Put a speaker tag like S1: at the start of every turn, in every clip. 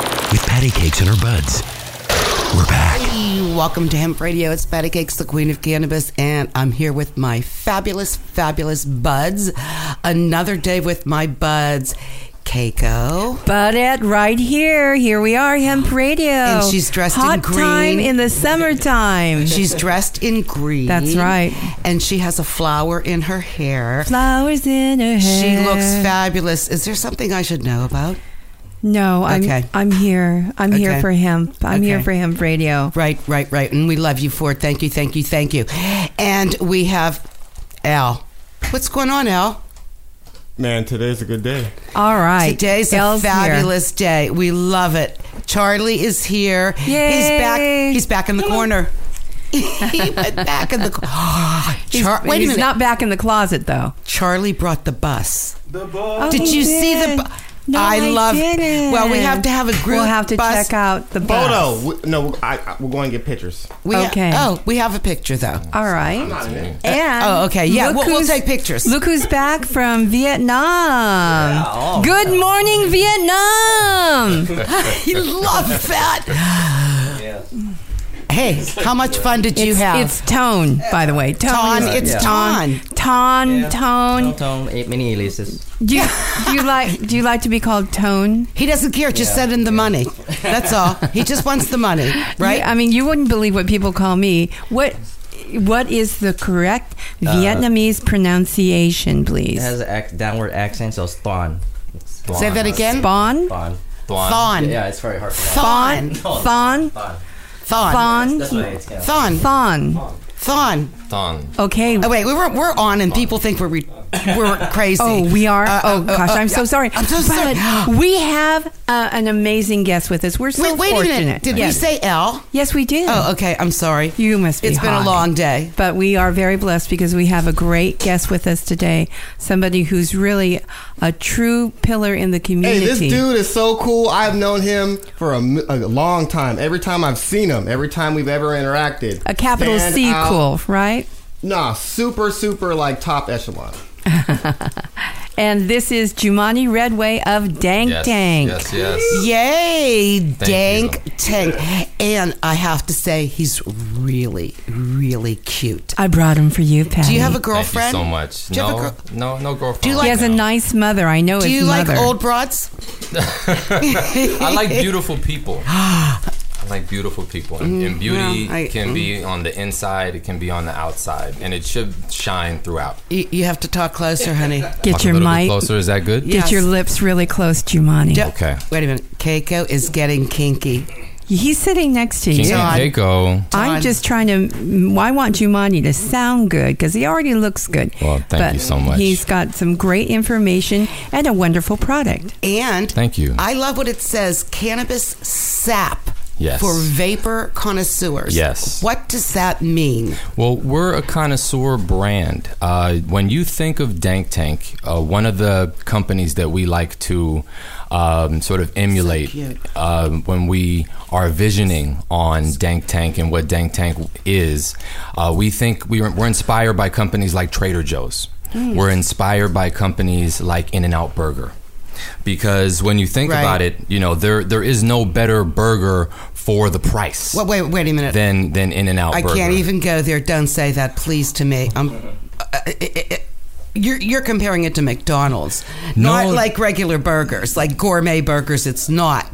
S1: patty cakes and her buds. We're back.
S2: Hey, Welcome to Hemp Radio. It's Patty Cakes, the Queen of Cannabis, and I'm here with my fabulous, fabulous buds. Another day with my buds, Keiko.
S3: But it right here, here we are, Hemp Radio.
S2: And she's dressed in
S3: Hot
S2: green.
S3: time in the summertime.
S2: She's dressed in green.
S3: That's right.
S2: And she has a flower in her hair.
S3: Flowers in her
S2: She
S3: hair.
S2: looks fabulous. Is there something I should know about?
S3: No, I'm
S2: Okay.
S3: I'm here. I'm
S2: Okay.
S3: here for hemp. I'm here
S2: Okay.
S3: for hemp radio.
S2: Right, right, right. And we love you for it. Thank you, thank you, thank you. And we have Al. What's going on, Al?
S4: Man, today's a good day.
S3: All right.
S2: Today's
S3: Elle's
S2: a
S3: here.
S2: fabulous day. We love it. Charlie is here. He's back.
S3: Yay.
S2: He's back in the corner. he went back in the corner. Char-
S3: He's-
S2: Wait a
S3: he's
S2: minute.
S3: not back in the closet though.
S2: Charlie brought the bus.
S3: Oh,
S2: Did
S3: he
S2: you see the?
S3: did.
S2: Bu-
S3: No, I,
S2: love.
S3: didn't.
S2: Well, we have to have a group.
S3: We'll have to
S2: bus.
S3: check out the bus.
S4: Oh no, we, no, I, I, we're going to get pictures.
S2: We ha-
S3: Okay.
S2: oh, we have a picture though.
S3: All right.
S4: Not in there.
S3: And
S2: oh, okay. Yeah,
S3: look
S2: we'll- we'll
S3: who's-
S2: take pictures.
S3: Look who's back from Vietnam.
S5: oh,
S3: Good morning, Vietnam.
S2: I love that. Hey, how much fun did you have?
S3: It's Tone, by the way. Tone.
S2: Ton.
S3: is-
S2: It's
S5: Yeah.
S2: Ton.
S3: Ton, Tone.
S5: Tom, eight mini releases.
S3: Do you, do you like do you like to be called Tone?
S2: He doesn't care. Just send him the money. That's all. He just wants the money, right?
S3: You- I mean, you wouldn't believe what people call me. What what is the correct Vietnamese pronunciation,
S5: Uh, It
S3: please?
S5: has an ac- downward accent, so it's Thon. It's Thon.
S2: Say that again.
S3: Bon?
S5: Thon.
S2: Thon.
S5: Yeah, it's very hard. to pronounce.
S2: Thon. Thon.
S3: Thon?
S5: Thon.
S3: Thon?
S5: That's what it's. Yeah.
S2: Thon.
S3: Thon.
S2: Thon.
S6: Thon.
S3: Okay.
S2: Oh wait, we were we're on, and people think we're re- we're crazy.
S3: Oh, we are.
S2: Uh,
S3: oh
S2: uh, uh,
S3: gosh, I'm so
S2: yeah.
S3: sorry.
S2: I'm so sorry.
S3: But we have uh, an amazing guest with us. We're so
S2: Wait, wait a
S3: fortunate.
S2: minute. Did
S3: yes.
S2: we say L?
S3: Yes, we did.
S2: Oh, okay. I'm sorry.
S3: You must be
S2: It's been a
S3: high.
S2: long day.
S3: But we are very blessed because we have a great guest with us today. Somebody who's really a true pillar in the
S4: Hey,
S3: community.
S4: this dude is so cool. I've known him for a, m- a long time. Every time I've seen him, every time we've ever interacted.
S3: a capital
S4: Stand
S3: C
S4: out.
S3: cool, right?
S4: Nah, super, super like top echelon.
S3: And this is Jumani Redway of Dank
S6: Yes,
S3: Tank.
S6: Yes, yes.
S2: Yay,
S6: Thank
S2: dank tank. And I have to say, he's really, really cute.
S3: I brought him for you, Patty.
S2: Do you have a
S6: Thank you
S2: girlfriend?
S6: so much.
S2: Do you have a
S6: No,
S2: girl-
S6: no, no girlfriend.
S2: Do you
S3: He
S2: like-
S3: has a
S6: No.
S3: nice mother. I know
S2: Do
S3: his
S2: you like
S3: mother.
S2: old broads?
S6: I like beautiful people. I like beautiful people, and, and beauty
S2: well, I-
S6: can be on the inside, it can be on the outside, and it should shine throughout.
S2: You, you have to talk closer, honey.
S3: Get
S6: Talk
S3: your
S6: a little bit
S3: mic.
S6: closer. Is that good?
S3: Get your lips really close, Jumani.
S2: Yeah.
S6: Okay.
S2: Wait a minute. Keiko is getting kinky.
S3: He's sitting next to you.
S6: King
S2: John.
S6: and Keiko.
S3: I'm
S2: John.
S3: just trying to. mm, I want Jumani to sound good because he already looks good.
S6: Well, thank
S3: But
S6: you so much.
S3: He's got some great information and a wonderful product.
S2: And
S6: Thank you.
S2: I love what it says cannabis sap
S6: Yes.
S2: for vapor connoisseurs.
S6: Yes.
S2: What does that mean?
S6: Well, we're a connoisseur brand. Uh, when you think of Dank Tank, uh, one of the companies that we like to um, sort of emulate
S2: cute.
S6: um, when we are visioning on Dank Tank and what Dank Tank is, uh, we think we, we're inspired by companies like Trader Joe's.
S2: Hmm.
S6: We're inspired by companies like In and Out Burger. Because when you think
S2: Right.
S6: about it, you know there there is no better burger for the price
S2: Well, wait, wait a minute.
S6: than than In and Out.
S2: I
S6: Burger.
S2: can't even go there. Don't say that, please, to me. I'm. Uh, it, it, it- you're, you're comparing it to McDonald's, not
S6: No.
S2: like regular burgers, like gourmet burgers. It's not.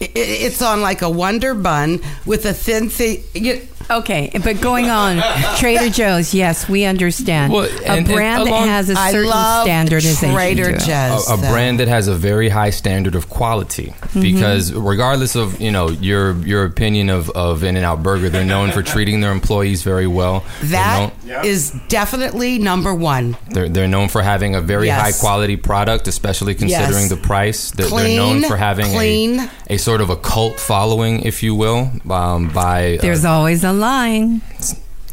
S2: I- I- it's on like a Wonder Bun with a thin thing. You,
S3: Okay, but going on, Trader Joe's, yes, we understand.
S6: Well,
S3: a
S6: and- and
S3: brand
S6: along-
S3: that has a
S2: I
S3: certain
S2: love
S3: standardization.
S2: Trader
S3: to it.
S2: Joe's.
S6: a, a
S2: though.
S6: brand that has a very high standard of quality
S2: Mm-hmm.
S6: because regardless of you know your your opinion of, of in and out burger they're known for treating their employees very well They're
S2: That
S6: known-
S2: is definitely number one.
S6: they're, they're known for having a very
S2: Yes.
S6: high quality product especially considering
S2: Yes.
S6: the price they're,
S2: Clean,
S6: they're known for having
S2: clean.
S6: a, a sort of a cult following if you will um, by uh,
S3: There's always a line.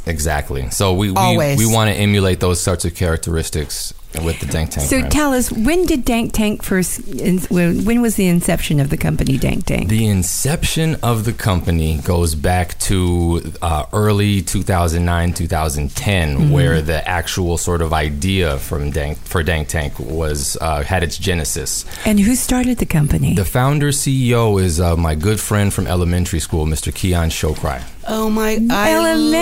S6: exactly so we we,
S2: Always.
S6: we want to emulate those sorts of characteristics with the Dank Tank.
S3: So
S6: brand.
S3: tell us, when did Dank Tank first? in- When when was the inception of the company Dank Tank?
S6: The inception of the company goes back to uh, early 2009, 2010,
S2: Mm-hmm.
S6: where the actual sort of idea from Dank, for Dank Tank was uh, had its genesis.
S3: and who started the company?
S6: The founder CEO is uh, my good friend from elementary school, Mr. Keon Shokrai.
S2: Oh my! I
S3: Elementary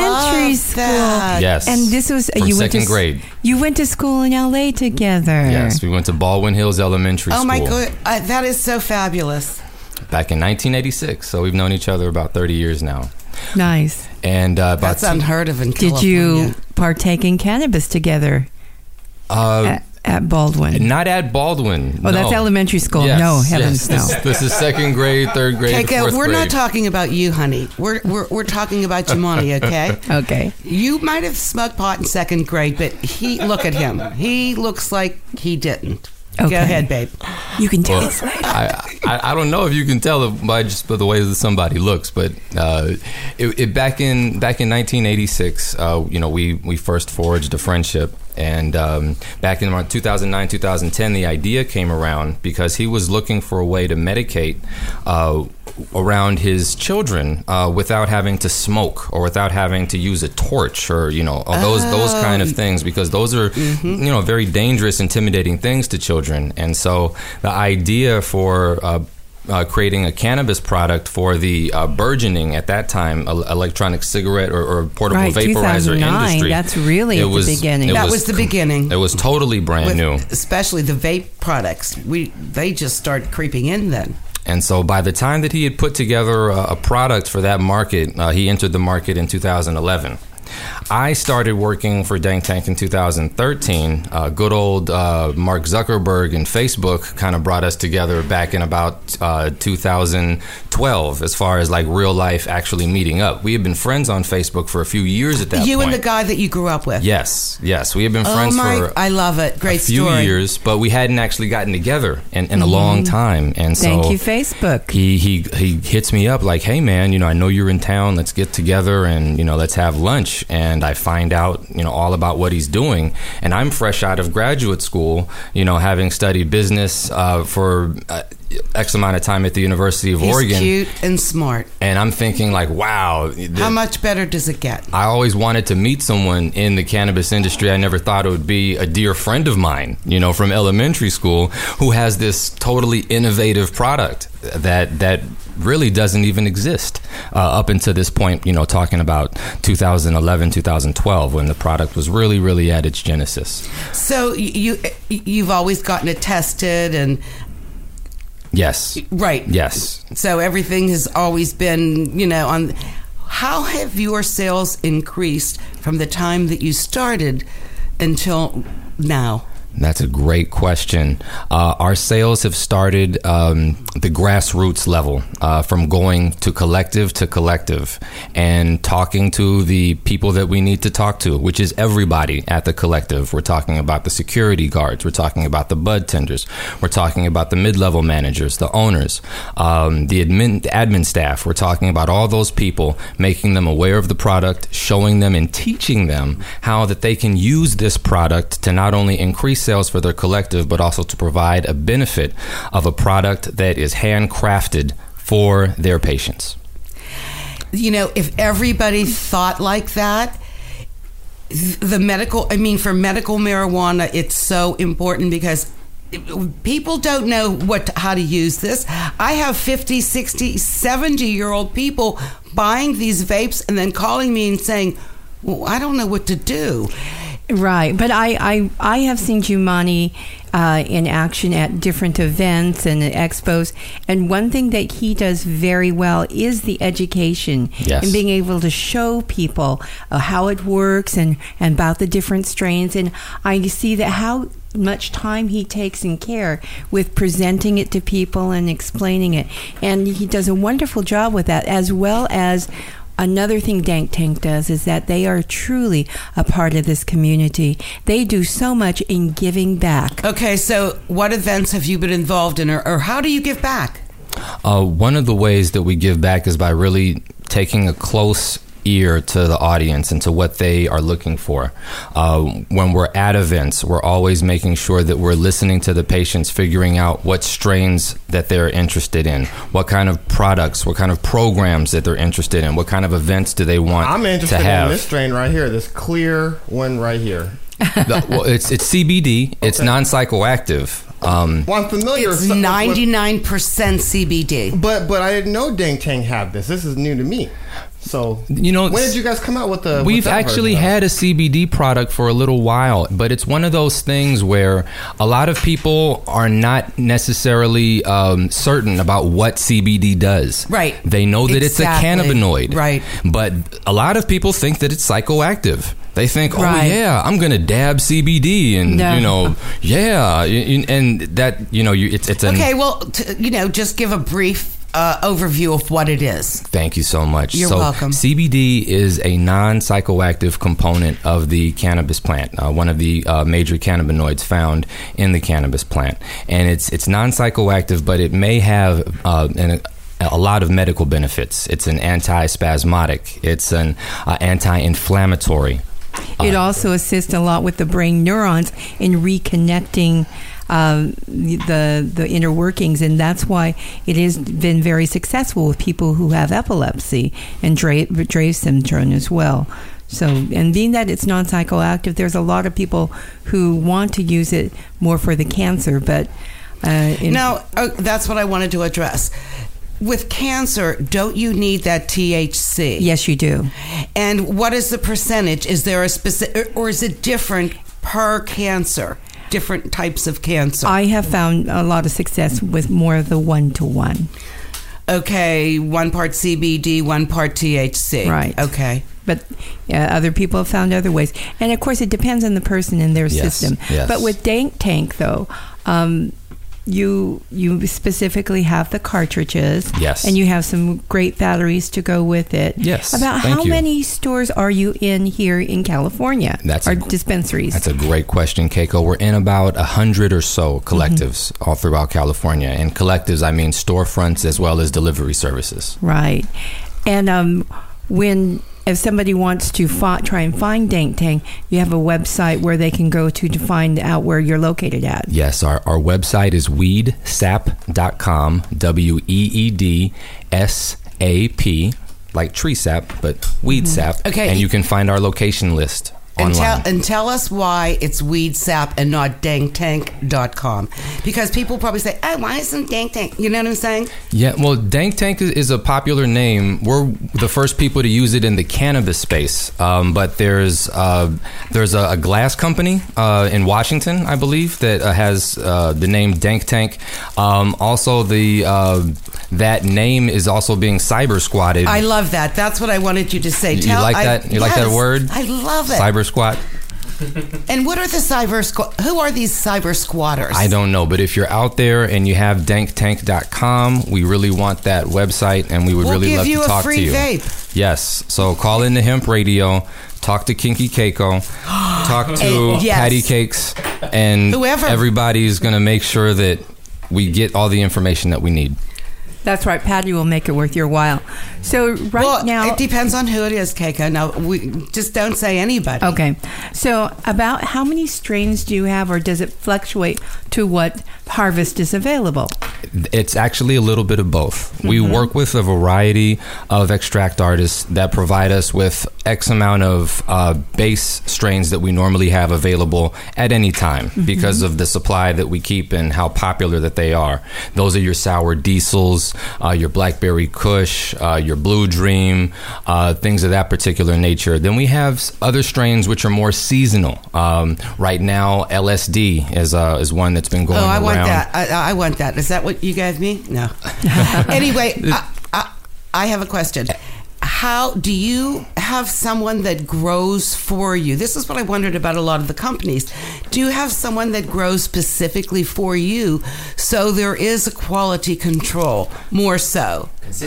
S2: love
S3: school.
S2: that.
S6: yes,
S3: and this was
S6: from
S3: you went to
S6: second
S3: s-
S6: grade.
S3: You went to school in L.A. together.
S6: Yes, we went to Baldwin Hills Elementary
S2: Mm. Oh
S6: School
S2: my god, uh, that is so fabulous.
S6: back in 1986. So we've known each other about 30 years now.
S3: Nice.
S6: And uh, about
S2: That's unheard of in
S3: Did you
S2: California.
S3: partake in cannabis together
S6: uh,
S3: at, at Baldwin?
S6: not at Baldwin.
S3: Oh, that's
S6: no.
S3: elementary school.
S6: Yes,
S3: No, heavens
S6: yes. This,
S3: no.
S6: this is second grade, third grade,
S2: Keiko,
S6: fourth
S2: we're
S6: grade.
S2: not talking about you, honey. We're we're, we're talking about Jumani, okay?
S3: Okay.
S2: You might have smoked pot in second grade, but he look at him. He looks like he didn't.
S3: Okay.
S2: Go ahead, babe.
S3: You can tell
S6: Well,
S3: us later.
S6: I, I, I don't know if you can tell by just by the way that somebody looks, but uh, it, it back in back in 1986, uh, you know, we we first forged a friendship, and um, back in around 2009 2010, the idea came around because he was looking for a way to medicate. Uh, around his children uh, without having to smoke or without having to use a torch or you know or those those
S3: Oh.
S6: kind of things because those are
S3: Mm-hmm.
S6: you know very dangerous intimidating things to children and so the idea for uh, uh, creating a cannabis product for the uh, burgeoning at that time el- electronic cigarette or, or portable
S3: Right,
S6: vaporizer
S3: 2009,
S6: industry.
S3: that's really the beginning.
S2: That was the beginning.
S6: It was totally brand
S2: With-
S6: new.
S2: Especially the vape products. We they just started creeping in then.
S6: And so by the time that he had put together a, a product for that market, uh, he entered the market in 2011. I started working for Dank Tank in 2013. Uh, good old uh, Mark Zuckerberg and Facebook kind of brought us together back in about uh, 2012, as far as like real life actually meeting up. We had been friends on Facebook for a few years at that
S2: you
S6: point.
S2: and the guy that you grew up with.
S6: yes, yes, we had been
S2: Oh
S6: friends
S2: my!
S6: for
S2: I love it. Great
S6: a few
S2: story. Mm-hmm.
S6: years, but we hadn't actually gotten together in, in a long time. And so
S3: Thank you, Facebook.
S6: he he he hits me up like, "Hey man, you know, I know you're in town. Let's get together and, you know, let's have lunch." And I find out, you know, all about what he's doing. And I'm fresh out of graduate school, you know, having studied business uh, for uh, X amount of time at the University of
S2: He's
S6: Oregon.
S2: cute and smart.
S6: And I'm thinking like, "Wow,
S2: How much better does it get?
S6: I always wanted to meet someone in the cannabis industry. I never thought it would be a dear friend of mine, you know, from elementary school, who has this totally innovative product that that really doesn't even exist uh, up until this point. You know, talking about 2011, 2012, when the product was really, really at its genesis.
S2: So y- you you've always gotten it tested and
S6: Yes,
S2: right.
S6: yes.
S2: So everything has always been, you know, on. How have your sales increased from the time that you started until now?
S6: That's a great question. Uh, our sales have started um, the grassroots level, uh, from going to collective to collective, and talking to the people that we need to talk to, which is everybody at the collective. We're talking about the security guards, we're talking about the bud tenders, we're talking about the mid-level managers, the owners, um, the admin, the admin staff. We're talking about all those people, making them aware of the product, showing them and teaching them how that they can use this product to not only increase sales for their collective, but also to provide a benefit of a product that is handcrafted for their patients.
S2: You know, if everybody thought like that, th- the medical, I mean, for medical marijuana, it's so important because people don't know what how to use this. I have 50, 60, 70 year old people buying these vapes and then calling me and saying, well, I don't know what to do.
S3: Right, but I I, I have seen Jumani uh, in action at different events and at expos, and one thing that he does very well is the education
S6: Yes.
S3: and being able to show people uh, how it works and and about the different strains. And I see that how much time he takes and care with presenting it to people and explaining it, and he does a wonderful job with that as well as Another thing Dank Tank does is that they are truly a part of this community. They do so much in giving back.
S2: Okay, so what events have you been involved in, or, or how do you give back?
S6: Uh, one of the ways that we give back is by really taking a close ear to the audience and to what they are looking for. Uh, when we're at events, we're always making sure that we're listening to the patients, figuring out what strains that they're interested in, what kind of products, what kind of programs that they're interested in, what kind of events do they want
S4: I'm interested
S6: to have.
S4: in this strain right here, this clear one right here.
S6: The- well, it's, it's CBD, it's non psychoactive. Um,
S4: Well, I'm familiar.
S2: It's
S4: with some- with-
S2: ninety nine percent CBD.
S4: But but I didn't know Dang Tang had this. This is new to me. So
S6: You know,
S4: when did you guys come out with the? with
S6: We've
S4: that
S6: actually
S4: version of it?
S6: had a CBD product for a little while, but it's one of those things where a lot of people are not necessarily um, certain about what CBD does.
S2: Right.
S6: They know that
S2: Exactly.
S6: it's a cannabinoid.
S2: Right.
S6: But a lot of people think that it's psychoactive. They think, oh
S3: Right.
S6: yeah, I'm gonna dab CBD, and
S3: No.
S6: you know, yeah, y- y- and that you know, you, it's it's an
S2: Okay, well, t- you know, just give a brief uh, overview of what it is.
S6: Thank you so much.
S2: You're
S6: so
S2: welcome.
S6: CBD is a non-psychoactive component of the cannabis plant, uh, one of the uh, major cannabinoids found in the cannabis plant, and it's it's non-psychoactive, but it may have uh, an, a lot of medical benefits. It's an anti-spasmodic. It's an uh, anti-inflammatory.
S3: It also assists a lot with the brain neurons in reconnecting um, the the inner workings, and that's why it has been very successful with people who have epilepsy and Dra- Draves syndrome as well. So, and being that it's non psychoactive, there's a lot of people who want to use it more for the cancer, but uh, in-
S2: Now, uh, that's what I wanted to address. With cancer, don't you need that THC?
S3: yes, you do.
S2: And what is the percentage? Is there a specific, or is it different per cancer? Different types of cancer.
S3: I have found a lot of success with more of the one to one.
S2: okay, one part CBD, one part THC.
S3: Right.
S2: Okay.
S3: but uh, other people have found other ways. And of course, it depends on the person and their
S6: Yes,
S3: system.
S6: yes.
S3: But with Dank Tank, though, um, you you specifically have the cartridges.
S6: Yes.
S3: And you have some great batteries to go with it.
S6: Yes,
S3: About
S6: thank
S3: how
S6: you.
S3: many stores are you in here in California?
S6: That's
S3: or
S6: a-
S3: dispensaries.
S6: That's a great question, Keiko. We're in about a hundred or so collectives
S2: Mm-hmm.
S6: all throughout California, and collectives I mean storefronts as well as delivery services.
S3: Right. And um, when if somebody wants to fi- try and find Dank Tank, you have a website where they can go to to find out where you're located at.
S6: Yes, our, our website is weedsap.com, W E E D S A P, like tree sap, but weed sap.
S2: Mm-hmm. Okay.
S6: And you can find our location list
S2: And tell, uh,
S6: online.
S2: and tell us why it's weed sap and not danktank.com. Because people probably say, oh, why isn't dank tank? You know what I'm saying?
S6: yeah, well, Dank Tank is- is a popular name. We're the first people to use it in the cannabis space. Um, but there's uh, there's a, a glass company uh, in Washington, I believe, that uh, has uh, the name Dank Tank. Um, also, the uh, that name is also being cyber squatted.
S2: I love that. That's what I wanted you to say.
S6: You, you
S2: Tell,
S6: like
S2: I-
S6: that? You like that
S2: Yes,
S6: word?
S2: I love it.
S6: Cyber squat.
S2: And what are the cyber squ- Who are these cyber squatters?
S6: I don't know, but if you're out there and you have danktank.com, we really want that website, and we would
S2: We'll
S6: really
S2: give
S6: love
S2: you
S6: to
S2: a
S6: talk
S2: free
S6: to you.
S2: vape.
S6: Yes. So call into Hemp Radio, talk to Kinky Keiko, talk to
S2: Eh, yes.
S6: Patty Cakes, and
S2: Whoever.
S6: Everybody's gonna make sure that we get all the information that we need.
S3: That's right. Patty will make it worth your while. So right
S2: well,
S3: now,
S2: it depends on who it is, Keiko. Now, we just don't say anybody.
S3: okay. So about how many strains do you have, or does it fluctuate to what harvest is available?
S6: It's actually a little bit of both. We
S2: Mm-hmm.
S6: work with a variety of extract artists that provide us with X amount of uh, base strains that we normally have available at any time
S2: Mm-hmm.
S6: because of the supply that we keep and how popular that they are. Those are your sour diesels, uh, your blackberry kush, uh, your blue dream, uh, things of that particular nature. Then we have s- other strains which are more seasonal. Um, right now, LSD is uh, is one that's been going
S2: Oh, I
S6: around.
S2: want that. I, I want that. Is that what you gave me? No. anyway, I, I, I have a question. How do you have someone that grows for you? This is what I wondered about a lot of the companies. Do you have someone that grows specifically for you so there is a quality control more so?
S6: Yes.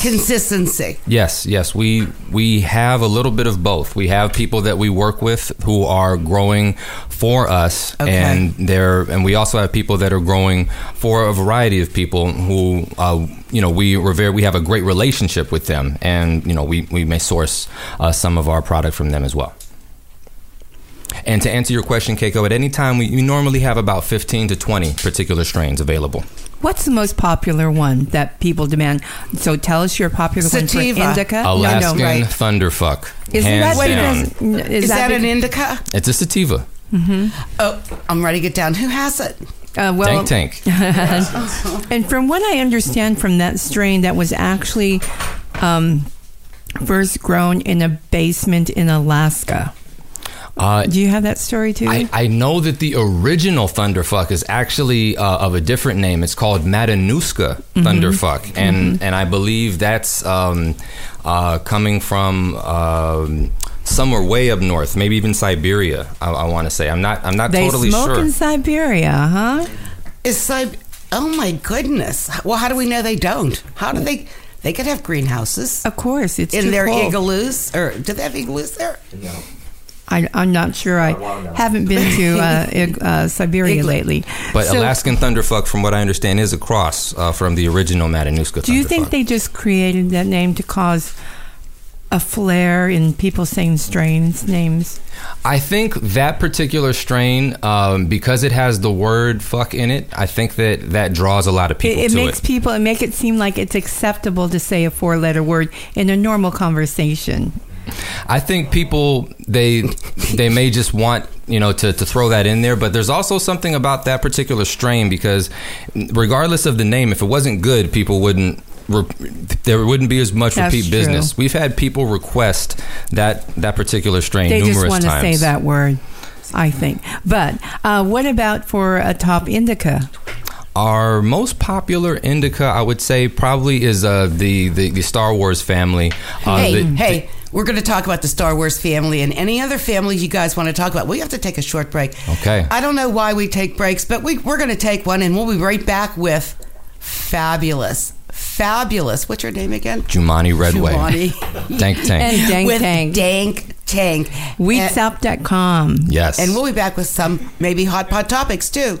S2: Consistency.
S6: Yes, yes, we we have a little bit of both. We have people that we work with who are growing for us,
S2: Okay.
S6: and there, and we also have people that are growing for a variety of people who, uh, you know, we were very, we have a great relationship with them, and you know, we we may source uh, some of our product from them as well. And to answer your question, Keiko, at any time we, we normally have about 15 to 20 particular strains available.
S3: What's the most popular one that people demand? So tell us your popular one
S2: Sativa.
S3: for indica. no,
S6: Alaskan
S3: no, right.
S6: Thunderfuck.
S3: Isn't
S6: hands
S3: that
S6: down.
S3: because- n- is,
S2: Is that
S3: that,
S2: an indica?
S6: It's a sativa.
S2: Oh, I'm ready to get down. Who has it?
S3: uh, well,
S6: Tank tank.
S3: And from what I understand from that strain, that was actually um, first grown in a basement in Alaska.
S6: Uh,
S3: Do you have that story too?
S6: I, I know that the original Thunderfuck is actually uh, of a different name. It's called Matanuska
S3: Mm-hmm.
S6: Thunderfuck, and and I believe that's um, uh, coming from um, somewhere way up north, maybe even Siberia. I, I want to say I'm not I'm not
S3: they
S6: totally
S3: smoke
S6: sure.
S3: in Siberia, huh?
S2: It's like, oh my goodness. Well, how do we know they don't? How do they? They could have greenhouses
S3: Of course, it's
S2: in
S3: too
S2: their
S3: cold.
S2: igloos, or do they have igloos there?
S3: I, I'm not sure. I haven't been to uh, ig- uh, Siberia
S2: Igloo.
S3: lately.
S6: but
S3: So
S6: Alaskan Thunderfuck, from what I understand, is a cross uh, from the original Matanuska.
S3: Do you think they just created that name to cause a flare in people saying strains names?
S6: I think that particular strain, um, because it has the word "fuck" in it, I think that that draws a lot of people
S3: It, it
S6: to
S3: makes
S6: it.
S3: people it make it seem like it's acceptable to say a four letter word in a normal conversation.
S6: I think people they they may just want you know to, to throw that in there, but there's also something about that particular strain because regardless of the name, if it wasn't good, people wouldn't. re- There wouldn't be as much
S3: That's
S6: repeat
S3: true.
S6: business. We've had people request that that particular strain
S3: They
S6: numerous
S3: just want to
S6: times.
S3: say that word, I think. But uh, what about for a top indica?
S6: Our most popular indica, I would say, probably is uh, the, the the Star Wars family. Uh,
S2: hey,
S6: the-
S2: hey, we're going to talk about the Star Wars family and any other families you guys want to talk about. We have to take a short break.
S6: Okay.
S2: I don't know why we take breaks, but we, we're going to take one and we'll be right back with Fabulous. Fabulous. What's your name again?
S6: Jumani Redway.
S2: Jumani.
S6: Dank Tank.
S3: And Dank
S2: with
S3: Tank.
S2: Dank Tank. and,
S3: Wheatsoup.com.
S6: yes.
S2: and we'll be back with some maybe hot pot topics too.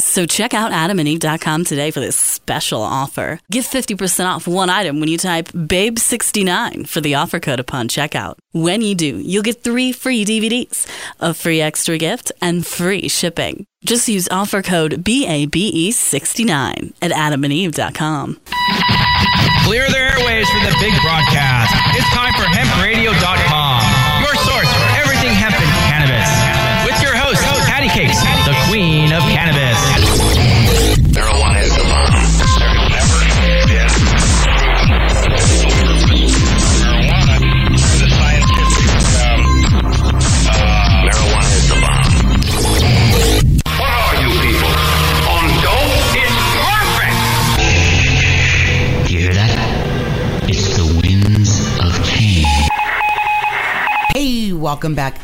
S7: So check out adamandeve.com today for this special offer. Get 50% off one item when you type BABE69 for the offer code upon checkout. When you do, you'll get three free DVDs, a free extra gift, and free shipping. Just use offer code BABE69 E at adamandeve.com.
S8: Clear the airways for the big broadcast. It's time for hempradio.com, your source for everything hemp and cannabis. With your host, Patty Cakes, the queen of cannabis.
S1: Marijuana is the bomb. There's never been. Marijuana, the scientific. Um, uh, Marijuana is the bomb. What are you people? On dope? It's perfect!
S9: You hear that? It's the winds of change.
S2: Hey, welcome back.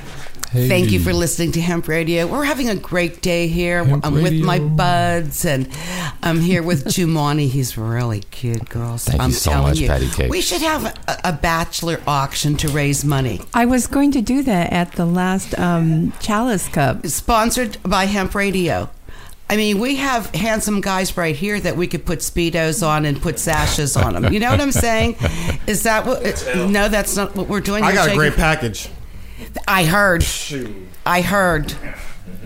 S2: Thank you for listening to Hemp Radio. We're having a great day here. I'm with my buds, and I'm here with Jumani. He's really cute, girls.
S6: Thank you
S2: I'm
S6: so
S2: telling
S6: much, Patty Cakes.
S2: We should have a, a bachelor auction to raise money,
S3: I was going to do that at the last um, Chalice Cup.
S2: sponsored by Hemp Radio. I mean, we have handsome guys right here that we could put speedos on and put sashes on them. You know what I'm saying? Is that what? No, that's not what we're doing.
S4: I
S2: You're
S4: got a
S2: shaking-
S4: great package.
S2: I heard. I heard.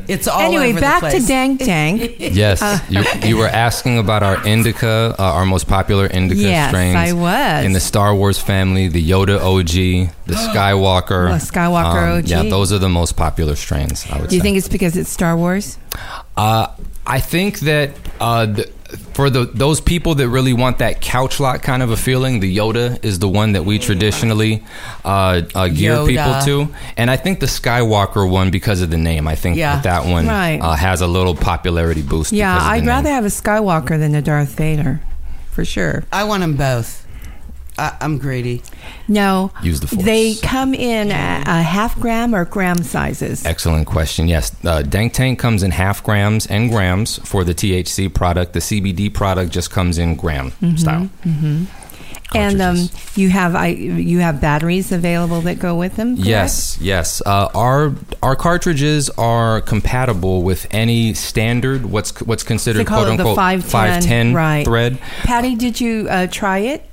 S2: It's all
S3: anyway,
S2: over
S3: back
S2: the
S3: to
S2: place.
S3: Dang Dang.
S6: Yes, you, you were asking about our indica, uh, our most popular indica
S3: Yes,
S6: strains.
S3: I was.
S6: in the Star Wars family, the Yoda OG, the Skywalker, Um,
S3: The Skywalker OG.
S6: Yeah, those are the most popular strains. I would
S3: Do you
S6: say.
S3: think it's because it's Star Wars?
S6: Uh, I think that uh, th- for the those people that really want that couch lot kind of a feeling, the Yoda is the one that we traditionally uh, uh, gear
S2: Yoda.
S6: people to, and I think the Skywalker one because of the name. I think
S2: Yeah.
S6: that, that one
S3: Right.
S6: uh, has a little popularity boost.
S3: Yeah,
S6: because of the
S3: I'd
S6: name.
S3: rather have a Skywalker than a Darth Vader, for sure.
S2: I want them both. I, I'm greedy.
S3: No,
S6: Use the Force.
S3: They come in a, a half gram or gram sizes.
S6: Excellent question. Yes, uh, Dank Tank comes in half grams and grams for the THC product. The CBD product just comes in gram
S3: Mm-hmm.
S6: style.
S3: and um,
S6: cartridges.
S3: you have I you have batteries available that go with them. correct?
S6: Yes, yes. Uh, our our cartridges are compatible with any standard what's what's considered
S3: They call
S6: quote
S3: it the
S6: unquote
S3: 510,
S6: 510
S3: right.
S6: thread.
S3: Patty, did you uh, try it?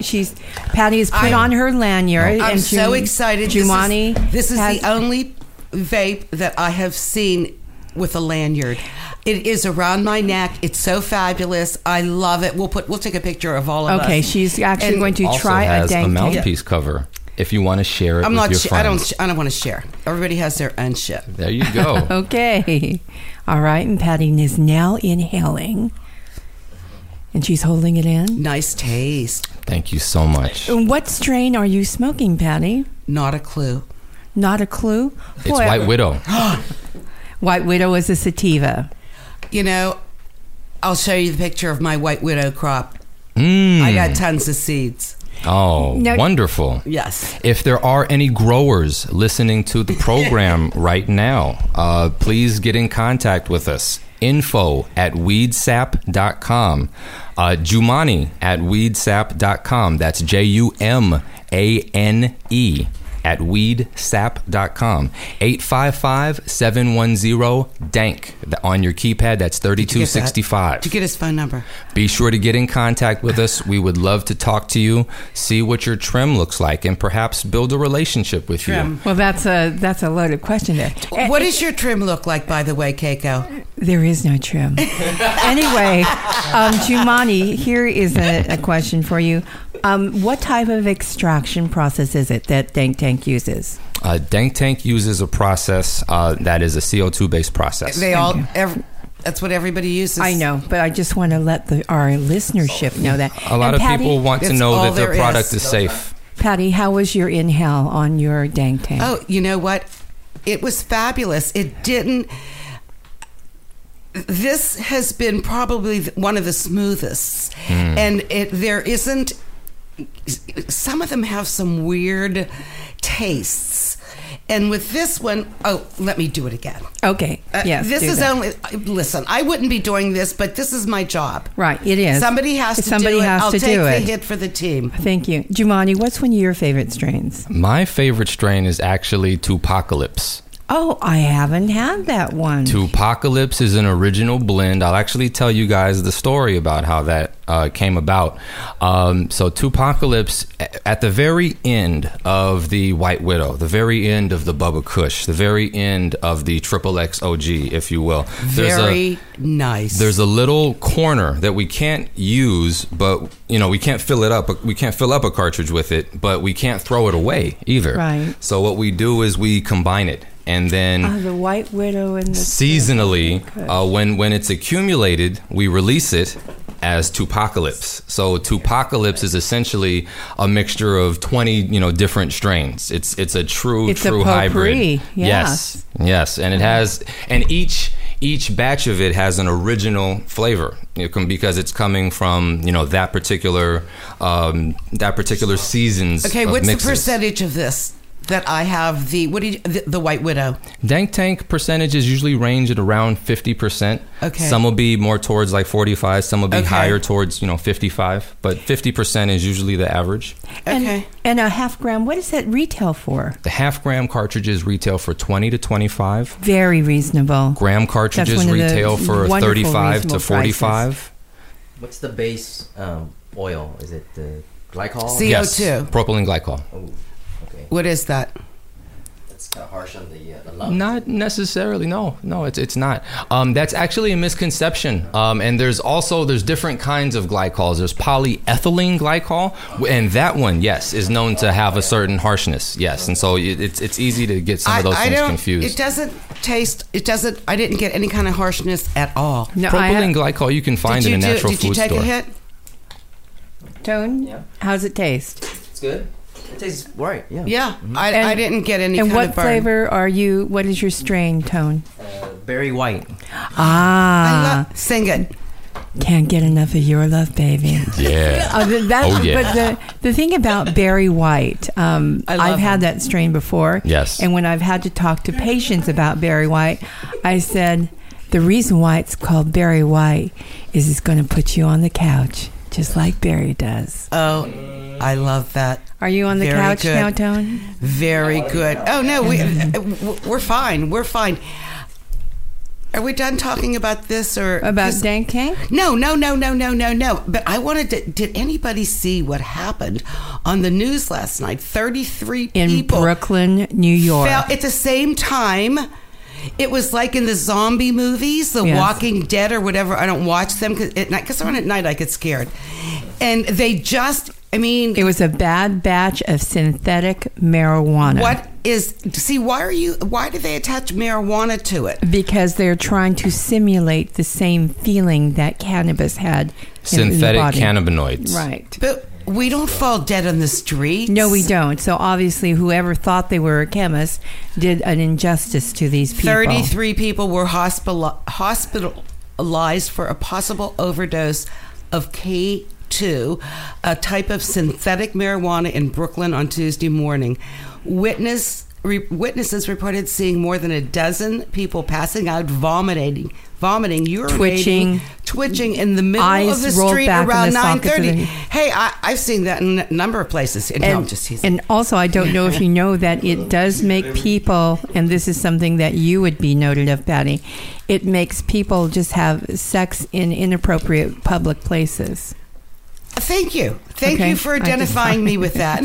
S3: She's Patty has
S2: I-
S3: put on her lanyard.
S2: I'm
S3: and
S2: so
S3: Ju-
S2: excited.
S3: Jumani,
S2: this is, this is
S3: has-
S2: the only vape that I have seen with a lanyard. It is around my neck. It's so fabulous. I love it. We'll put. We'll take a picture of all of us.
S3: Okay, she's actually
S2: And
S3: going to
S6: also
S3: try
S6: has
S3: a
S6: a
S3: dank tank.
S6: mouthpiece cover if you want to share it
S2: I'm
S6: with
S2: not.
S6: your
S2: Sh- I don't.
S6: friends.
S2: Sh- I don't want to share. Everybody has their own shit.
S6: There you go.
S3: Okay, all right, and Patty is now inhaling, and she's holding it in.
S2: Nice taste.
S6: Thank you so much.
S3: And What strain are you smoking, Patty?
S2: Not a clue.
S3: Not a clue.
S6: It's White Widow.
S3: White Widow is a sativa.
S2: You know, I'll show you the picture of my white widow crop.
S6: Mm.
S2: I got tons of seeds.
S6: Oh,
S3: Now-
S6: wonderful.
S2: Yes.
S6: If there are any growers listening to the program right now, uh, please get in contact with us. Info at weedsap.com. Uh, Jumani at weedsap.com. That's J U M A N E at weedsap.com. 855 710 DANK. On your keypad, that's
S2: Did you get that?
S6: 3265.
S2: Did you get his phone number?
S6: Be sure to get in contact with us. We would love to talk to you, see what your trim looks like, and perhaps build a relationship with
S2: Trim.
S3: Well, that's a that's a loaded question there.
S2: What does your trim look like, by the way, Keiko?
S3: There is no trim. anyway, um, Jumani, here is a, a question for you. Um, what type of extraction process is it that Dank Tank uses?
S6: you. Uh, Dank Tank uses a process uh, that is a CO2 based process.
S2: They all. Ev- that's what everybody uses.
S3: I know, but I just want to let the, our listenership know that.
S6: a lot
S3: And
S6: of
S3: Patty,
S6: people want to
S2: That's
S6: know
S2: all
S6: that their
S2: there is.
S6: product is safe.
S3: Patty, how was your inhale on your Dank Tank?
S2: Oh, you know what? It was fabulous. It didn't. This has been probably one of the smoothest,
S6: Hmm.
S2: and it there isn't. Some of them have some weird tastes, and with this one, oh, let me do it again.
S3: okay.
S2: Uh,
S3: yes.
S2: this
S3: do
S2: is
S3: that.
S2: only. uh, Listen, I wouldn't be doing this, but this is my job.
S3: Right, it is.
S2: Somebody has to
S3: Somebody
S2: do it.
S3: has
S2: I'll
S3: to
S2: take
S3: do
S2: the
S3: it.
S2: hit for the team.
S3: Thank you. Jumani, what's one of your favorite strains?
S6: My favorite strain is actually Tupacalypse.
S3: Oh, I haven't had that one.
S6: Tupacalypse is an original blend. I'll actually tell you guys the story about how that uh, came about. Um, so, Tupacalypse, a- at the very end of the White Widow, the very end of the Bubba Kush, the very end of the Triple X OG, if you will. There's
S2: Very
S6: a,
S2: nice.
S6: there's a little corner that we can't use, but you know we can't fill it up. We can't fill up a cartridge with it, but we can't throw it away either.
S3: Right.
S6: So what we do is we combine it, and then
S3: Oh, the White Widow and the
S6: seasonally uh, when when it's accumulated we release it as tupacalypse so tupacalypse is essentially a mixture of 20 you know different strains it's it's a true
S3: It's a
S6: true hybrid
S3: potpourri, yes.
S6: yes yes and it has and each each batch of it has an original flavor it can, because it's coming from you know that particular um, that particular seasons
S2: Okay,
S6: of
S2: what's
S6: mixes.
S2: the percentage of this that I have the what do you, the, the White Widow?
S6: Dank tank percentages usually range at around 50%.
S2: Okay.
S6: Some will be more towards like 45, some will be
S2: Okay.
S6: higher towards, you know, 55, but 50% is usually the average.
S3: And,
S2: Okay.
S3: and a half gram. What does that retail for?
S6: The half gram cartridges retail for 20 to 25.
S3: Very reasonable.
S6: Gram cartridges
S3: one of the
S6: retail for
S3: wonderful
S6: 35 to
S3: reasonable
S6: 45.
S5: What's the base um, oil? Is it the glycol?
S2: See-
S6: Yes.
S2: CO2.
S6: Propylene glycol.
S5: Oh, okay.
S2: What is that?
S5: That's kind of hard. crushing the uh, the love.
S6: Not necessarily. No, no, it's it's not. Um, that's actually a misconception. Um, and there's also there's different kinds of glycols. There's polyethylene glycol, w- and that one, yes, is known to have a certain harshness. Yes, and so it, it's it's easy to get some of those things confused.
S2: It doesn't taste. It doesn't. I didn't get any kind of harshness at all.
S3: No, I
S6: Propylene
S3: had-
S6: glycol you can find
S2: did
S6: in
S2: you
S6: a
S2: do-
S6: natural
S2: Did
S6: food
S2: you take
S6: store.
S2: a hit?
S3: Tone,
S5: Yeah.
S3: how's it taste?
S5: It's good. It tastes right. Yeah.
S2: Yeah, I, I didn't get any.
S3: Mm-hmm. And
S2: kind
S3: what
S2: of burn.
S3: flavor are you? What is your strain, Tone?
S5: Uh, berry white.
S2: I
S3: Ah,
S2: love, sing it.
S3: can't get enough of your love, baby.
S6: Yeah.
S3: Oh, th- that's,
S6: Oh, yeah.
S3: But the, the thing about Barry White, um,
S2: I love
S3: I've had that strain before.
S6: Yes.
S3: And when I've had to talk to patients about Barry White, I said, the reason why it's called Barry White is it's going to put you on the couch, just like Barry does.
S2: Oh, I love that.
S3: Are you on the
S2: Very
S3: couch
S2: good.
S3: now, Tone?
S2: Very good. Oh no, we w- we're fine. We're fine. Are we done talking about this or
S3: About
S2: 'cause-
S3: Dank Tank?
S2: No, no, no, no, no, no, no. But I wanted to. Did anybody see what happened on the news last night? Thirty-three
S3: In
S2: people
S3: Brooklyn, New York.
S2: fell at the same time. It was like in the zombie movies, The
S3: Yes.
S2: Walking Dead or whatever. I don't watch them 'cause at night because at night I get scared. And they just, I mean,
S3: It was a bad batch of synthetic marijuana.
S2: What is see? Why are you? Why do they attach marijuana to it?
S3: Because they're trying to simulate the same feeling that cannabis had. in- in the
S6: Synthetic
S3: body.
S6: cannabinoids.
S3: Right.
S2: But we don't fall dead on the street.
S3: No, we don't. So obviously, whoever thought they were a chemist did an injustice to these people.
S2: Thirty-three people were hospital, hospitalized for a possible overdose of K two, a type of synthetic marijuana in Brooklyn on Tuesday morning. Witness. Re, witnesses reported seeing more than a dozen people passing out, vomiting, vomiting, urinating,
S3: Twitching.
S2: twitching in the middle of
S3: Eyes
S2: the
S3: rolled
S2: street
S3: back in
S2: around
S3: the
S2: nine
S3: sockets of
S2: thirty.
S3: the-
S2: Hey, I, I've seen that in a number of places. And, no, I'm
S3: And,
S2: just teasing.
S3: and also, I don't know if you know that it does make people, and this is something that you would be noted of, Patty. It makes people just have sex in inappropriate public places.
S2: Thank you. Thank
S3: Okay.
S2: you for
S3: I just-
S2: identifying me with that.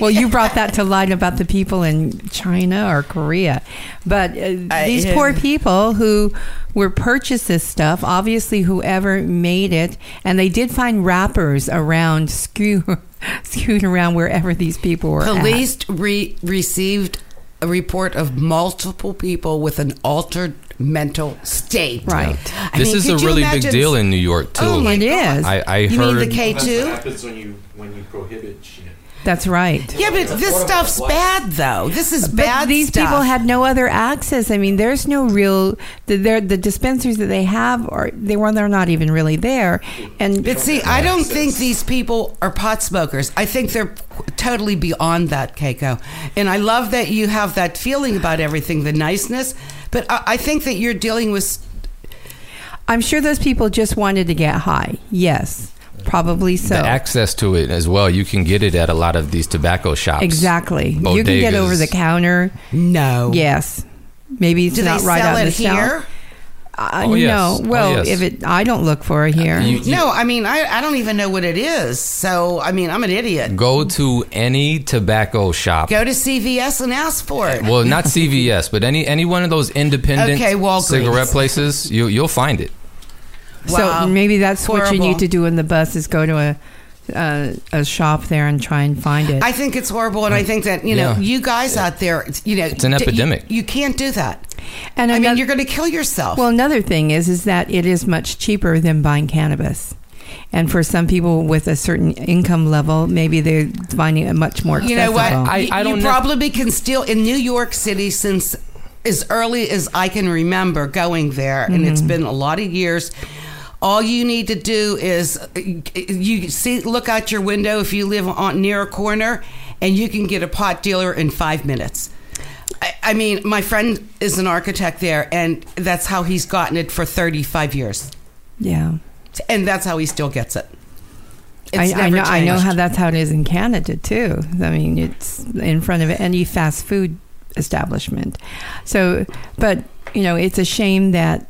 S3: Well, you brought that to light about the people in China or Korea. But uh,
S2: I-
S3: these poor people who were purchased this stuff, obviously, whoever made it, and they did find wrappers around, skew, skewed around wherever these people were. at.
S2: Police re- received a report of multiple people with an altered mental state.
S3: Right.
S2: I
S6: This
S2: mean,
S6: is
S2: could
S6: a
S2: you
S6: really big
S2: imagine-
S6: deal in New York too.
S2: Oh my
S3: It
S2: God.
S3: is.
S6: I, I
S2: you
S6: heard
S2: mean the K
S10: That's what
S2: two?
S10: happens when you when you prohibit shit.
S3: That's right.
S2: Yeah, but this stuff's bad though. This is bad.
S3: But these
S2: stuff.
S3: people had no other access. I mean, there's no real the they're- the dispensaries that they have are they were they're not even really there. And
S2: But see, I don't think these people are pot smokers. I think they're totally beyond that, Keiko. And I love that you have that feeling about everything, the niceness. But I, I think that you're dealing with
S3: I'm sure those people just wanted to get high. Yes, probably so.
S6: the access to it as well. You can get it at a lot of these tobacco shops.
S3: exactly. You can get
S6: Bodegas.
S3: over the counter.
S2: no.
S3: Yes. Maybe it's
S2: Do
S3: not
S2: they
S3: right
S2: sell
S3: out in
S2: it
S3: the
S2: here?
S3: South. Uh,
S6: Oh, yes.
S3: No.
S6: Oh,
S3: Well,
S6: yes.
S3: if it, I don't look for it here.
S6: You-
S2: No, I mean, I, I don't even know what it is. So, I mean, I'm an idiot.
S6: Go to any tobacco shop.
S2: Go to CVS and ask for it.
S6: well, not CVS, but any any one of those independent
S2: Okay, Walgreens.
S6: cigarette places, you you'll find it.
S2: Wow.
S3: So maybe that's what you
S2: Horrible.
S3: need to do in the bus is go to a a, uh, a shop there and try and find it.
S2: I think it's horrible, and I think that you know,
S6: Yeah.
S2: you guys out there, you know, it's
S6: an epidemic.
S2: You, can't do that.
S3: and
S2: I mean,
S3: another-
S2: you're going to kill yourself.
S3: Well, another thing is is that it is much cheaper than buying cannabis. And for some people with a certain income level, maybe they're finding it much more
S2: you
S3: accessible.
S2: know what?
S6: I-
S2: You-
S6: I
S2: you
S6: don't know-
S2: probably can still in New York City since as early as I can remember going there, and
S3: Mm-hmm.
S2: it's been a lot of years. All you need to do is uh, you see, look out your window if you live on near a corner, and you can get a pot dealer in five minutes. I, I mean, my friend is an architect there, and that's how he's gotten it for thirty-five years,
S3: yeah.
S2: and that's how he still gets it.
S3: I,
S2: It's
S3: I
S2: never
S3: know. I know
S2: changed.
S3: how that's how it is in Canada too. I mean, it's in front of any fast food establishment. So, but you know, it's a shame that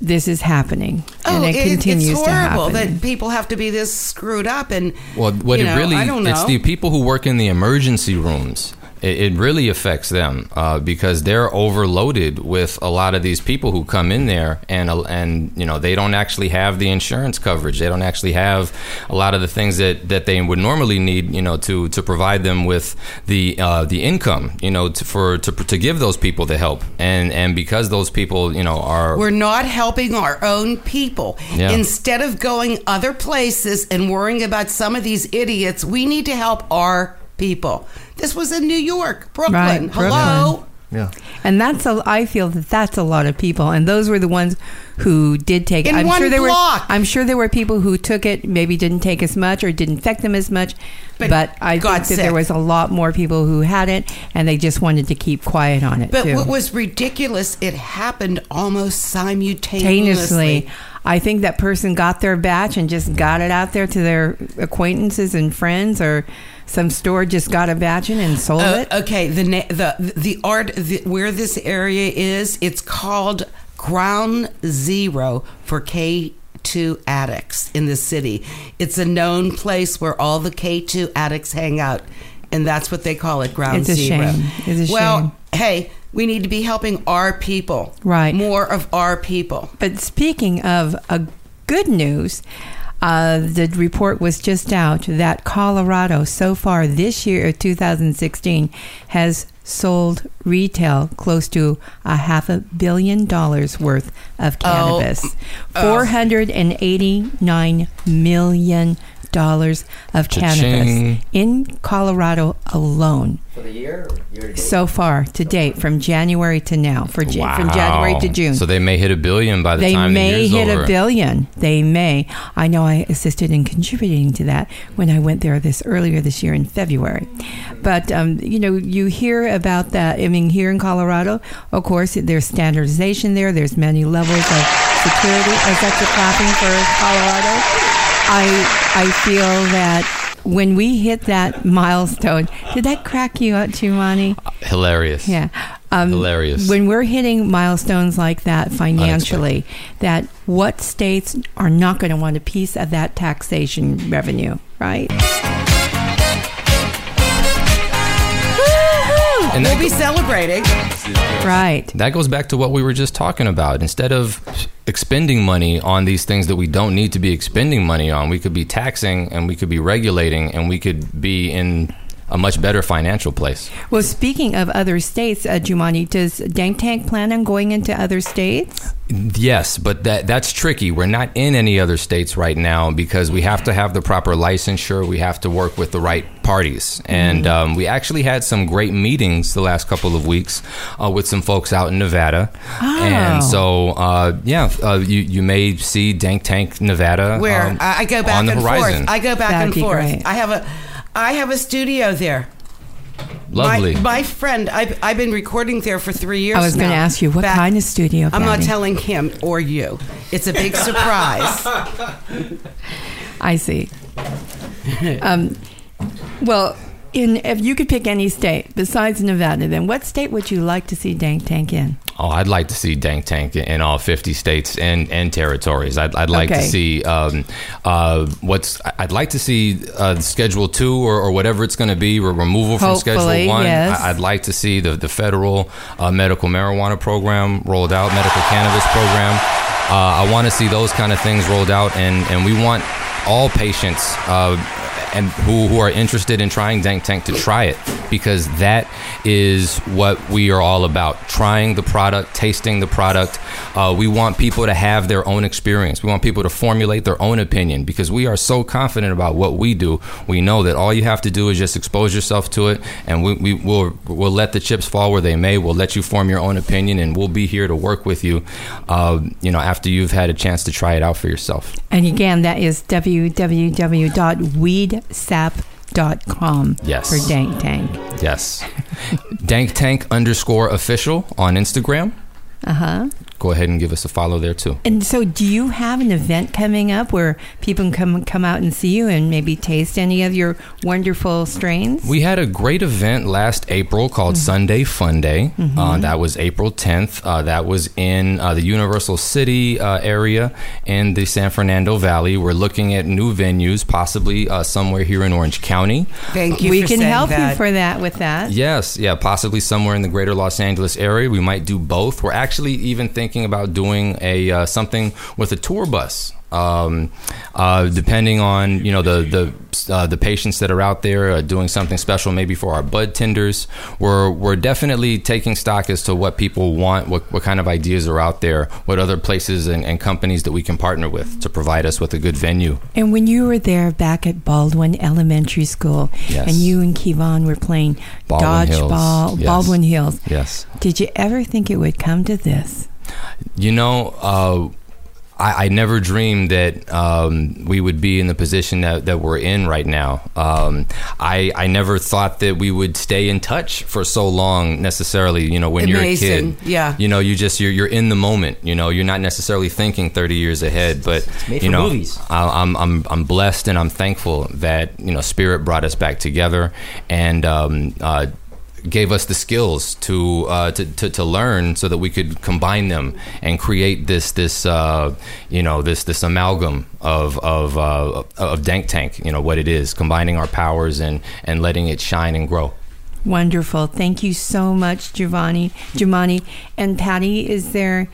S3: this is happening and it, continues
S2: Oh, it's
S3: to
S2: horrible
S3: happen.
S2: that people have to be this screwed up and
S6: Well, what
S2: you
S6: it
S2: know,
S6: really
S2: I don't know.
S6: it's the people who work in the emergency rooms. it, it really affects them uh, because they're overloaded with a lot of these people who come in there and uh, and you know they don't actually have the insurance coverage. They don't actually have a lot of the things that, that they would normally need. You know to to provide them with the uh, the income. You know to, for to, to give those people the help and and because those people you know are
S2: We're not helping our own people.
S6: Yeah.
S2: Instead of going other places and worrying about some of these idiots, we need to help our people. This was in New York, Brooklyn.
S3: Right,
S2: Hello.
S3: Brooklyn.
S4: Yeah.
S3: And that's a. I feel that that's a lot of people, and those were the ones who did take. it.
S2: In
S3: I'm
S2: one
S3: sure there
S2: block.
S3: were. I'm sure there were people who took it, maybe didn't take as much or didn't affect them as much.
S2: But
S3: But, I
S2: got
S3: think that
S2: sick.
S3: there was a lot more people who had it, and they just wanted to keep quiet on it
S2: But
S3: too.
S2: what was ridiculous, it happened almost simultaneously.
S3: simultaneously. I think that person got their batch and just got it out there to their acquaintances and friends, or some store just got a batch in and sold
S2: Uh,
S3: it.
S2: okay, the na- the the art the, where this area is, it's called Ground Zero for K. Two addicts in the city. It's a known place where all the K two addicts hang out, and that's what they call it, Ground
S3: It's a
S2: Zero.
S3: shame. It's a
S2: well, hey, we need to be helping our people,
S3: Right.
S2: More of our people.
S3: But speaking of uh, good news, uh, the report was just out that Colorado, so far this year, uh, 2016, has sold retail close to a half a billion dollars worth of
S2: Oh,
S3: cannabis. $489 million dollars of
S6: Cha-ching.
S3: cannabis in Colorado alone
S5: For the year? year
S3: so far to date from January to now for Ju- from January to
S6: Wow.
S3: June
S6: So they may hit a billion by the
S3: they
S6: time the
S3: may
S6: year's
S3: hit
S6: over.
S3: a billion. They may. I know I assisted in contributing to that when I went there this earlier this year in February. But um, you know, you hear about that. I mean, here in Colorado, of course, there's standardization there. There's many levels of security. Oh, Is that the clapping for Colorado? I I feel that when we hit that milestone, did that crack you up, Chimani?
S6: Hilarious.
S3: Yeah. Um,
S6: Hilarious.
S3: When we're hitting milestones like that financially, that what states are not going to want a piece of that taxation revenue, right?
S6: And
S2: We'll
S6: that,
S2: be celebrating.
S3: Right.
S6: that goes back to what we were just talking about. Instead of expending money on these things that we don't need to be expending money on, we could be taxing and we could be regulating and we could be in a much better financial place.
S3: Well, speaking of other states, uh, Jumani, does Dank Tank plan on going into other states?
S6: Yes, but that that's tricky. We're not in any other states right now because we have to have the proper licensure. We have to work with the right parties,
S2: Mm-hmm.
S6: and um, we actually had some great meetings the last couple of weeks uh, with some folks out in Nevada. And
S2: Oh.
S6: so, uh, yeah, uh, you you may see Dank Tank Nevada
S2: Where
S6: um,
S2: I I go back
S6: on the
S2: and
S6: horizon.
S2: forth. I go back
S3: That'd
S2: and
S3: be
S2: forth.
S3: great.
S2: I have a I have a studio there.
S6: Lovely.
S2: My, my friend, I've, I've been recording there for three years.
S3: I was
S2: going
S3: gonna ask you, what kind of studio,
S2: I'm not
S3: Patty?
S2: telling him or you. It's a big surprise.
S3: I see. um, well, in, if you could pick any state besides Nevada, then what state would you like to see Dank Tank in?
S6: Oh, I'd like to see Dank Tank in all 50 states and, and territories. I'd, I'd like to
S3: Okay.
S6: see um, uh, what's. I'd like to see uh, Schedule Two or, or whatever it's going to be, or removal from
S3: Hopefully,
S6: Schedule One.
S3: yes.
S6: I, I'd like to see the the federal uh, medical marijuana program rolled out, medical cannabis program. Uh, I want to see those kind of things rolled out, and and we want all patients. Uh, and who, who are interested in trying Dank Tank to try it because that is what we are all about trying the product, tasting the product. Uh, we want people to have their own experience. We want people to formulate their own opinion because we are so confident about what we do. We know that all you have to do is just expose yourself to it, and we, we will we'll let the chips fall where they may. We'll let you form your own opinion, and we'll be here to work with you. Uh, you know, after you've had a chance to try it out for yourself.
S3: And again, that is www.weedsap.com
S6: Yes.
S3: for Dank Tank.
S6: Yes. Dank Tank underscore official on Instagram.
S3: Uh huh.
S6: Go go ahead and give us a follow there too.
S3: And so, do you have an event coming up where people can come come out and see you and maybe taste any of your wonderful strains?
S6: We had a great event last April called Sunday Fun Day. Uh, that was April 10th. Uh, that was in uh, the Universal City uh, area in the San Fernando Valley. We're looking at new venues, possibly uh, somewhere here in Orange County.
S2: Thank you.
S3: we
S2: for
S3: can
S2: saying
S3: help
S2: that.
S3: you for that with that.
S6: Yes, yeah, possibly somewhere in the greater Los Angeles area. We might do both. We're actually even thinking about doing a uh, something with a tour bus. Um, uh, depending on you know the the uh, the patients that are out there uh, doing something special, maybe for our bud tenders, we're we're definitely taking stock as to what people want, what what kind of ideas are out there, what other places and, and companies that we can partner with to provide us with a good venue.
S3: And when you were there back at Baldwin Elementary School,
S6: Yes.
S3: and you and Kevon were playing
S6: Baldwin Hills,
S3: dodgeball,
S6: yes.
S3: Baldwin Hills,
S6: Yes.
S3: did you ever think it would come to this?
S6: You know, uh, I, I never dreamed that um, we would be in the position that, that we're in right now. Um, I I never thought that we would stay in touch for so long necessarily. You know, when you're a
S2: Amazing,
S6: kid,
S2: yeah.
S6: You know, you just you're, you're in the moment. You know, you're not necessarily thinking 30 years ahead, but
S5: made
S6: you
S5: for
S6: know,
S5: movies.
S6: I, I'm I'm I'm blessed and I'm thankful that you know Spirit brought us back together and. Um, uh, Gave us the skills to, uh, to to to learn, so that we could combine them and create this this uh, you know this this amalgam of of uh, of Dank Tank. You know what it is, combining our powers and and letting it shine and grow.
S3: Wonderful. Thank you so much, Giovanni, Giovanni, and Patty. Is there?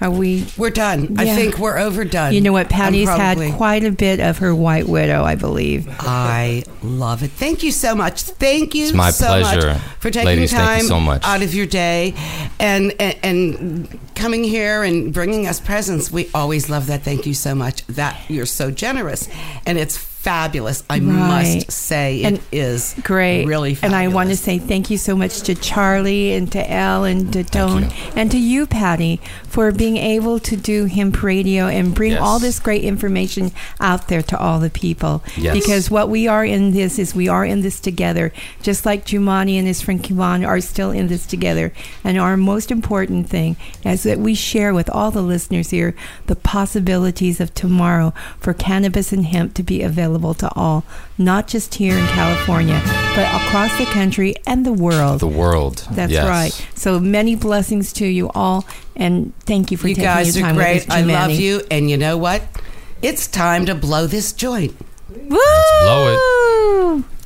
S3: Are we?
S2: We're done. I
S3: Yeah.
S2: think we're overdone.
S3: You know what?
S2: I'm
S3: Patty's had
S2: probably-
S3: quite a bit of her White Widow, I believe.
S2: I love it. Thank you so much. Thank you.
S6: It's my
S2: so
S6: pleasure.
S2: Much for taking
S6: Ladies,
S2: time
S6: thank you so much.
S2: out of your day, and, and and coming here and bringing us presents. We always love that. Thank you so much. That you're so generous, and it's fabulous. I
S3: Right.
S2: must say,
S3: And
S2: it is
S3: Great.
S2: really. Fabulous.
S3: And I want to say thank you so much to Charlie and to Elle and to Tone
S6: you.
S3: and to you, Patty, for being able to do hemp radio and bring
S6: Yes.
S3: all this great information out there to all the people.
S6: Yes.
S3: Because what we are in this is we are in this together, just like Jumani and his friend Kiwan are still in this together. And our most important thing is that we share with all the listeners here the possibilities of tomorrow for cannabis and hemp to be available to all, not just here in California, but across the country and the world.
S6: The world.
S3: That's
S6: Yes.
S3: right. So many blessings to you all, and thank you for
S2: you
S3: taking
S2: guys
S3: your
S2: are
S3: time with
S2: great.
S3: us,
S2: I love
S3: Jumani.
S2: you, and you know what? It's time to blow this joint.
S3: Woo! Let's
S6: blow
S3: it.